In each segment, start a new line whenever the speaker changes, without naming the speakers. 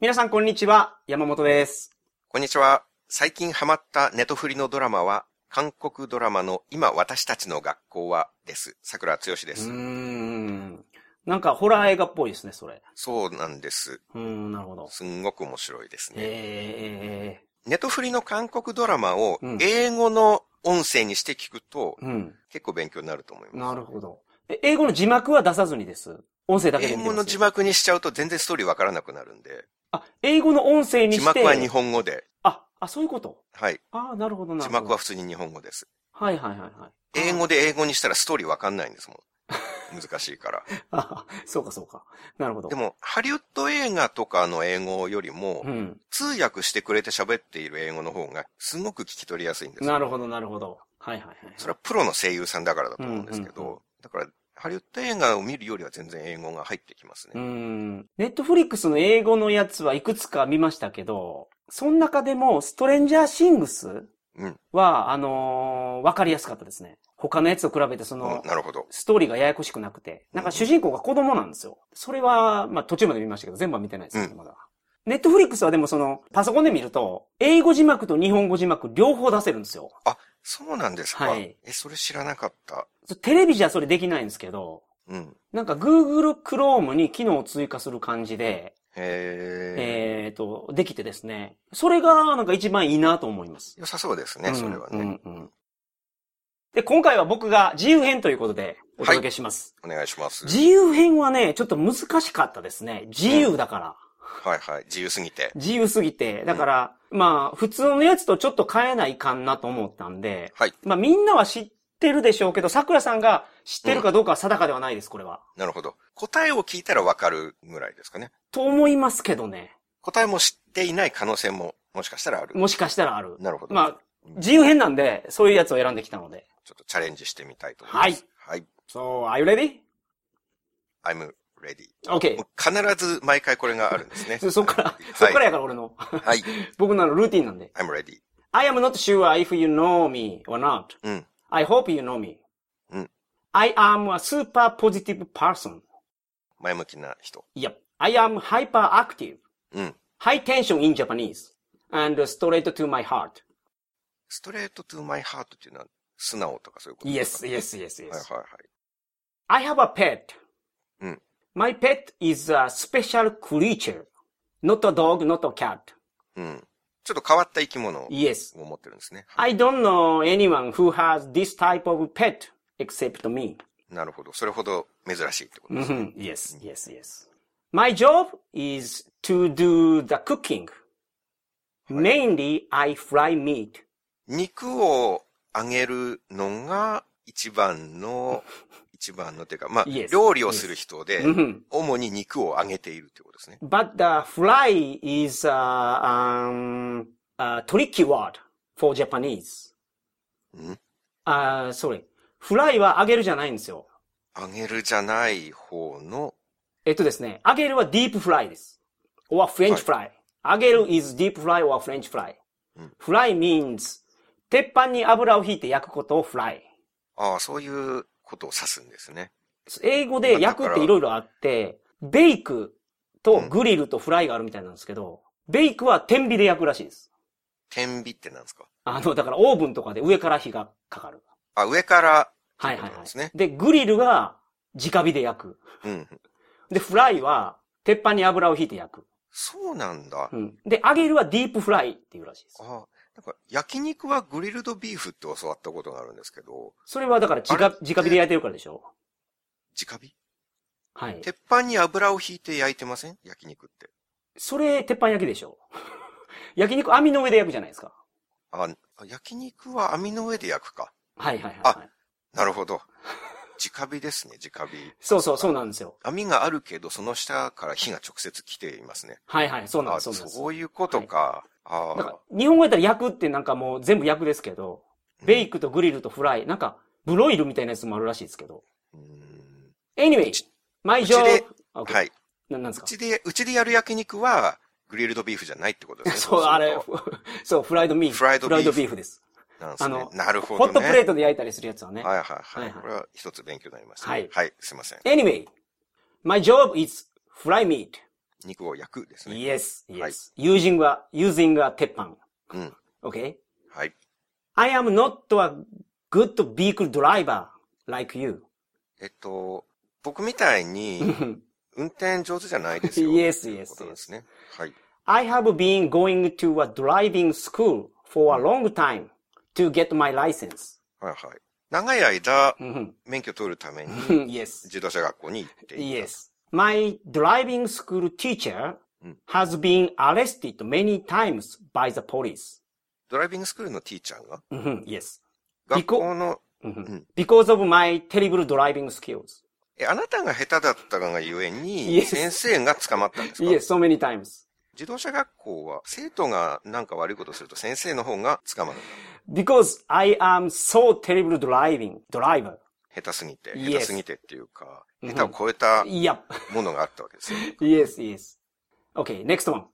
皆さん、こんにちは。山本です。
こんにちは。最近ハマったネトフリのドラマは、韓国ドラマの今私たちの学校はです。桜剛で
う
す。
ーん。なんか、ホラー映画っぽいですね、それ。
そうなんです。
うーん、なるほど。
すんごく面白いですね。
え
ネトフリの韓国ドラマを
うん
英語の音声にして聞くと
ー、うん。
結構勉強になると思います。
なるほど。え英語の字幕は出さずにです。音声だけで
英
見て
語
ます
の字幕にしちゃうと全然ストーリーわからなくなるんで、
あ、英語の音声にして。
字幕は日本語で、
あ、あ、そういうこと。
はい。
ああ、なるほど、なる
字
ほど。
幕は普通に日本語です。
はいはいはいはい。
英語で英語にしたらストーリーわかんないんですもん。難しいから。
ああ そうかそうか。なるほど。
で、も、ハリウッド映画とかの英語よりも
う、ん。
通訳してくれて喋っている英語の方が、すごく聞き取りやすいんですよ
なるほど、なるほど。はいはいはい。
それはプロの声優さんだからだと思うんですけど、
うんうんうん
だから、ハリウッド映画を見るよりは全然英語が入ってきます
う
ね。
ん。ネットフリックスの英語のやつはいくつか見ましたけど、その中でも、ストレンジャーシングス
うん
は、あのーわかりやすかったですね。他のやつと比べて、その
うん、なるほど。
ストーリーがややこしくなくて、なんか主人公が子供なんですよ。それは、まあ途中まで見ましたけど、全部は見てないですけど、
うん
まだ。ネットフリックスはでもその、パソコンで見ると、英語字幕と日本語字幕両方出せるんですよ。
そうなんですか、
はい
え、それ知らなかった。
そテレビじゃそれできないんですけど、
うん。
なんか Google Chrome に機能を追加する感じで、
へえ。
えっ、と、できてですね。それがなんか一番いいなと思います。
良さそうですね、
うん
それはね、
うんうんで、今回は僕が自由編ということでお届けします。
お願いします。
自由編はね、ちょっと難しかったですね。自由だから。
はいはい。自由すぎて。
自由すぎて。だから、まあ、普通のやつとちょっと変えないかんなと思ったんで、
はい。
まあみんなは知ってるでしょうけど、桜さんが知ってるかどうかは定かではないです、これは。
なるほど。答えを聞いたらわかるぐらいですかね。
と思いますけどね。
答えも知っていない可能性も、もしかしたらある。
もしかしたらある。
なるほど。
まあ、自由編なんで、そういうやつを選んできたので。
ちょっとチャレンジしてみたいと思います。はい。
So, are you ready?
I'm ready.
Okay.。
もう必ず毎回これがあるんです ね
そそっから
はい、
そっからやから俺の。
はい。
僕のあのルーティンなんで。
I'm ready.
I am not sure if you know me or not.
うん。
I hope you know me.
うん。
I am a super positive person.
前向きな人。
Yep. I am hyperactive.
うん。
High tension in Japanese. And straight to my heart.
ストレート to my heart っていうのは素直とかそういうことです
Yes,
か
yes, yes,
はい
yes.
はいは
I
い。
have a pet.
うん。
My pet is a special creature. Not a dog, not a cat.
うん。ちょっと変わった生き物を
Yes.
持ってるんですね。
I don't know anyone who has this type of pet except me.
なるほど。それほど珍しいってことです。
Mhm. Yes, yes, yes. My job is to do the cooking. Mainly, I fry meat.
肉をあげるのが一 番の、一番のっていうか、まあ、
Yes.
料理をする人で、
Mhm.
主に肉をあげているってことですね。
But the fry is uh, um, a tricky word for Japanese.
うん。
あ sorry. フライは揚げるじゃないんですよ。
あげるじゃない方の、
えっとですね、揚げるはディープフライです。or French fry. 揚げる is deep fry or French fry.
うん
フライ means 鉄板に油を引いて焼くことをフライ。
ああ、そういうことを指すんですね。
英語で焼くっていろいろあって、ベイクとグリルとフライがあるみたいなんですけど、ベイクは天火で焼くらしいです。
天秤ってなんですか
あの、だからオーブンとかで上から火がかかる。
あ、上から、
はいはい
そうなん
は
です
い
ね。
で、グリルが直火で焼く。
うん。
で、フライは鉄板に油を引いて焼く。
そうなんだ。
うん。で、揚げるはディープフライっていうらしいです。
ああ、なんか焼肉はグリルドビーフって教わったことがあるんですけど、
それはだから直、
あ
直火で焼いてるからでしょ
直火
はい。
鉄板に油を引いて焼いてません焼肉って。
それ、鉄板焼きでしょ 焼肉網の上で焼くじゃないですか。
あ、あ焼肉は網の上で焼くか。
はいはいはい、は
あ
い。
なる ほど。直火ですね、直火。
そうそう、そうなんですよ。
網があるけど、その下から火が直接来ていますね。
はいはい、そうなん
あ
です、そうなんです。
そういうことか。
だか
ああ、
ら日本語やったら焼くってなんかもう全部焼くですけど、ベイクとグリルとフライ、なんか、ブロイルみたいなやつもあるらしいですけど。
うん。
Anyway,
ち
my
うち
job,
で
Okay
はい。
ななんです
う
か
ちで、うちでやる焼肉は、グリルドビーフじゃないってことです ね。
そう、あれ
する、
そう、フライドミーフ。
フライドビーフ
です。
となんですね
あの
なるほ
ホ
ど、
ッ
ね。
トプレートで焼いたりするやつはね。
はいはい
は
はいい。
はい
これは一つ勉強になりました。
はい
はい、すいません。
Anyway, my job is fry meat.
肉を焼くですね。
Yes,
Hi.
yes. Using a, using a teppan.
うん。
Okay.
はい。
I am not a good vehicle driver like you.
えっと、僕みたいに、運転上手じゃないで すよ。
Yes,
ということ
yes,
なんですね。はい。
I have been going to a driving school for a long time to get my license.
はいはい。長い間、
Mhm.
免許取るために、
yes.
自動車学校に行っていた。
Yes. My driving school teacher
Mm.
has been arrested many times by the police.
ドライビングスクールのティーチャーが、
Mhm. Yes.
学校の、
Mhm.
Mm.
Because of my terrible driving skills.
え、あなたが下手だったがゆえに、
Yes.
先生が捕まったんですか
Yes, so many times.
自動車学校は、生徒がなんか悪いことすると先生の方が捕まるんだ。
Because I am so terrible driving, driver.
下手すぎて、
Yes.
下手すぎてっていうか、
Mhm.
下手を超えた
Yep.
ものがあったわけですよね。
yes, yes. Okay, next one.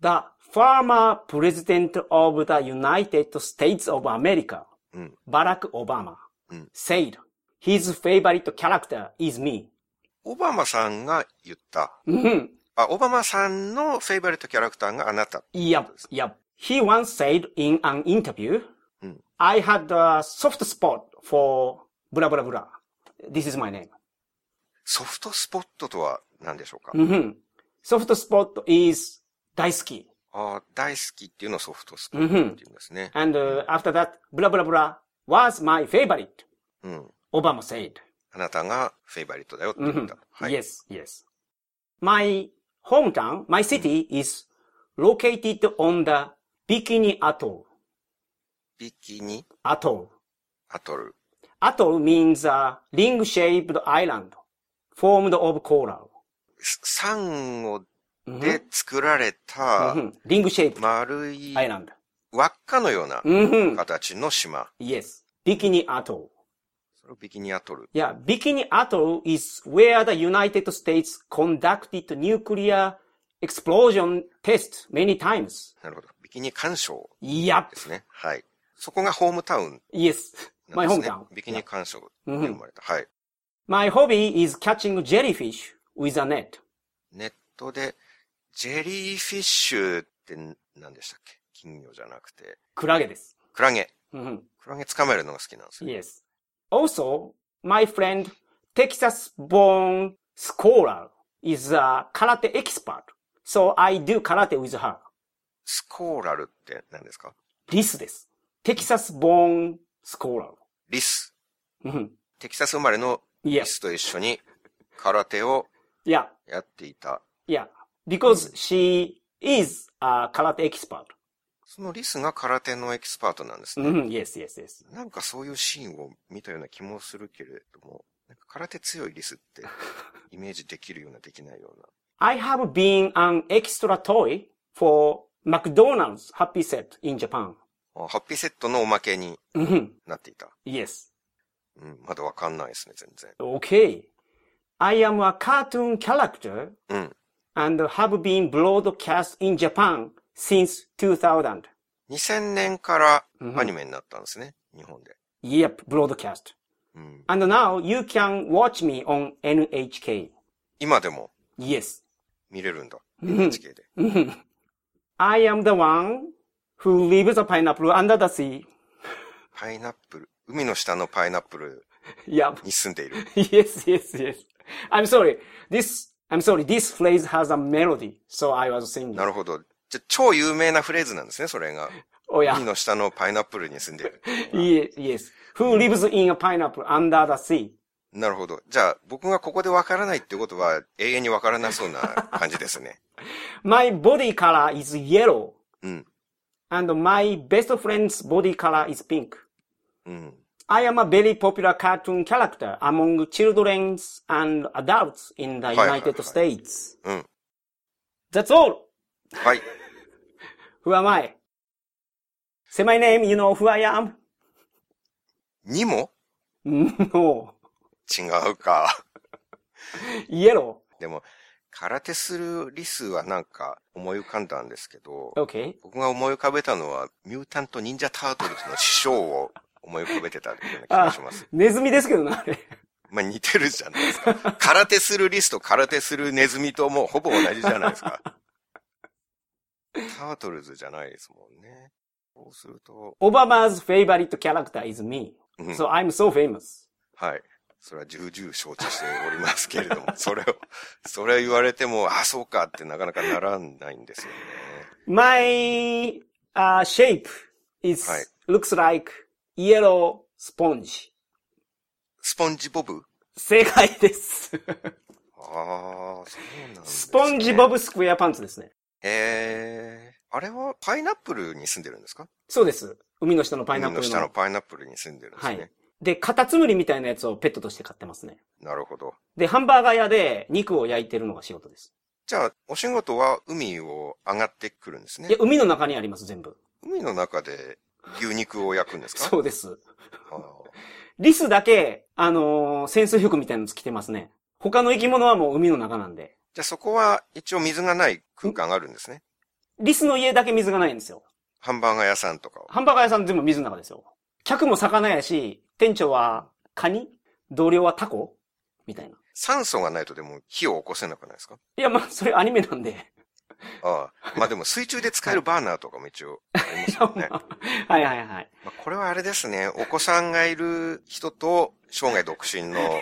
The former president of the United States of America,
うん。
Barack Obama,
Mm.
said his favorite character is me.
オバマさんが言った。
Mhm.
あ、オバマさんのフェイバリットキャラクターがあなた。
Yep, yep. He once said in an interview,
Mm.
I had a soft spot for blah, blah, blah. This is my name.
ソフトスポットとは何でしょうか、
Mhm. Soft spot is 大好き。
あー大好きっていうのをソフトスポットっ
Mhm.
ていうんですね。
And uh, after that, blah blah blah was my favorite.
うん。
Obama said.
あなたがフェイバリットだよって言った。
Mhm.
はい。
Yes, yes. My hometown, my city is located on the Bikini Atoll.
ビキニ
Atoll.
アトル。
Atoll means a ring-shaped island formed of coral.
すサンゴ
Mhm.
で作られた
Mhm. Ring-shaped
丸い
island.
輪っかのような
Mhm.
形の島。
Yes, Bikini Atoll.
それをビキニアトル。
Yeah, Bikini Atoll is where the United States conducted nuclear explosion tests many times.
なるほど。ビキニ干渉
Yup.
ですね。はい。そこがホームタウン
Yes.
な
My
んですね
hometown.。
ビキニ
Yeah.
干渉で
Mhm.
生まれた。はい。
My hobby is catching jellyfish with a net.
ネットで、ジェリーフィッシュって何でしたっけ金魚じゃなくて、
クラゲです。
クラゲ。
Mhm.
クラゲ捕まえるのが好きなんですよ。
Yes. Also, my friend, Texas born scholar is a karate expert. So I do karate with her.
スコーラルって何ですか
リスです。Texas born scholar.
リス。
Mhm.
テキサス生まれのリ
Yes.
スと一緒に空手を
Yeah.
やっていた。
Yeah, because she is a karate expert.
そのリスが空手のエキスパートなんですね。
Mhm, Yes, yes, yes.
なんかそういうシーンを見たような気もするけれども、なんか空手強いリスってイメージできるようなできないような。
I have been an extra toy for McDonald's Happy Set in Japan.
あハッピーセットのおまけに
Mhm,
なっていた。
Yes.
うん、まだわかんないですね、全然。
Okay. I am a cartoon character
うん。
and have been broadcast in Japan since 2000.
2000年から
うん
アニメになったんですね、日本で。
Yep, broadcast.
うん、
And now you can watch me on NHK.
今でも
Yes.
見れるんだ、
うん
NHK で。
I am the one who lives a pineapple under the sea.
パイナップル、海の下のパイナップル
Yep.
に住んでいる。
yes, yes, yes. I'm sorry. This, I'm sorry. This phrase has a melody. So I was singing.
なるほど。じゃ超有名なフレーズなんですね、それが。
Oh yeah.
海の下のパイナップルに住んでいる。
Yes, yes. Who lives in a pineapple under the sea?
なるほど。じゃあ、僕がここでわからないってことは、永遠にわからなそうな感じですね。
My body color is yellow
うん。
and my best friend's body color is pink.
うん。
I am a very popular cartoon character among children and adults in the
はいはいはい
United States.
うん。
That's all.
はい。
Who am I? Say my name, you know who I am?
にも
No.
違うか。
Yellow.
でも、空手するリスはなんか思い浮かんだんですけど、
Okay.
僕が思い浮かべたのは、ミュータント・忍者・タートルズの師匠を思い浮かべてたような気が
あ
します。、
ネズミですけどな、あれ。
まあ似てるじゃないですか。空手するリスと空手するネズミともうほぼ同じじゃないですか。タートルズじゃないですもんね。そうすると、
Obama's favorite character is me.
うん
So I'm so famous.
はい。それは重々承知しておりますけれ ども、それを、それを言われても、あ、そうかってなかなかならないんですよね。
My uh, shape is
はい
looks like yellow sponge.
スポンジボブ
正解です。
ああ、そうなんです、ね。
スポンジボブスクエアパンツですね。
ええあれはパイナップルに住んでるんですか
そうです。海の下のパイナッ
海
プ
の
ル
下の
の。
パイナップルに住んでるんです
は
ね。
い。で、カタツムリみたいなやつをペットとして飼ってますね。
なるほど。
で、ハンバーガー屋で肉を焼いてるのが仕事です。
じゃあ、お仕事は海を上がってくるんです
いや
ね、。
海の中にあります、全部。
海の中で牛肉を焼くんですか
そうです。
あー
リスだけ、あのー潜水服みたいなの着てますね。他の生き物はもう海の中なんで。
じゃあそこは一応水がない空間があるんですね。
リスの家だけ水がないんですよ。
ハンバーガー屋さんとかは。
ハンバーガー屋さん全部水の中ですよ。客も魚やし、店長はカニ同僚はタコみたいな。
酸素がないとでも火を起こせなくないですか
いや、まあ、それアニメなんで。
ああ。まあでも水中で使えるバーナーとかも一応ありますよね。
まあ はいはいはい。
まあこれはあれですね。お子さんがいる人と、生涯独身 の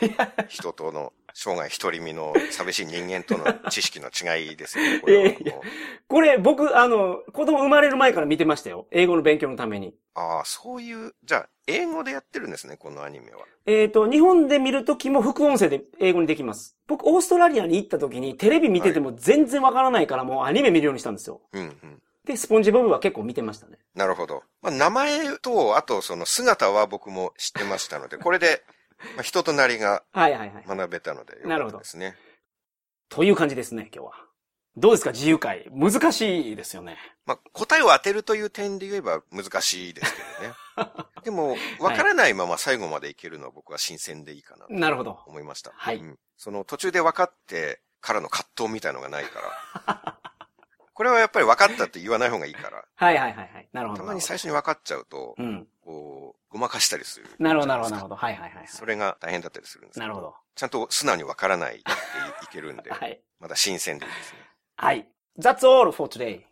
人との、生涯独り身の寂しい人間との知識の違いですよね。これはも う
いやいこれ、僕、あの、子供生まれる前から見てましたよ。英語の勉強のために。
ああ、そういう、じゃあ、英語でやってるんですね、このアニメは。
えっ、と、日本で見るときも副音声で英語にできます。僕、オーストラリアに行ったときにテレビ見てても全然わからないからもうアニメ見るようにしたんですよ。
うんうん。
で、スポンジボブは結構見てましたね。
なるほど。まあ、名前と、あとその姿は僕も知ってましたので、これで、まあ、人となりが
はいはいはい。
学べたので、
なるほど
ですね。
という感じですね、今日は。どうですか、自由会。難しいですよね。
まあ、答えを当てるという点で言えば難しいですけどね。 でも、わからないまま最後までいけるのは僕は新鮮でいいかなと
なるほど。
思いました。
はい
うんその途中で分かってからの葛藤みたいのがないから。 これはやっぱり分かったって言わない方がいいから。
はいはいはいはい。なるほど。
たまに最初に分かっちゃうと
う、ん。
こう、ごまかしたりする。
なるほど、なるほど、なるほ
ほ
ど。はいはいはいはい。
それが大変だったりするんですけ
なるほど。
ちゃんと素直に分からないっていけるんで、
はい。
まだ新鮮でいいですね。
はい。That's all for today.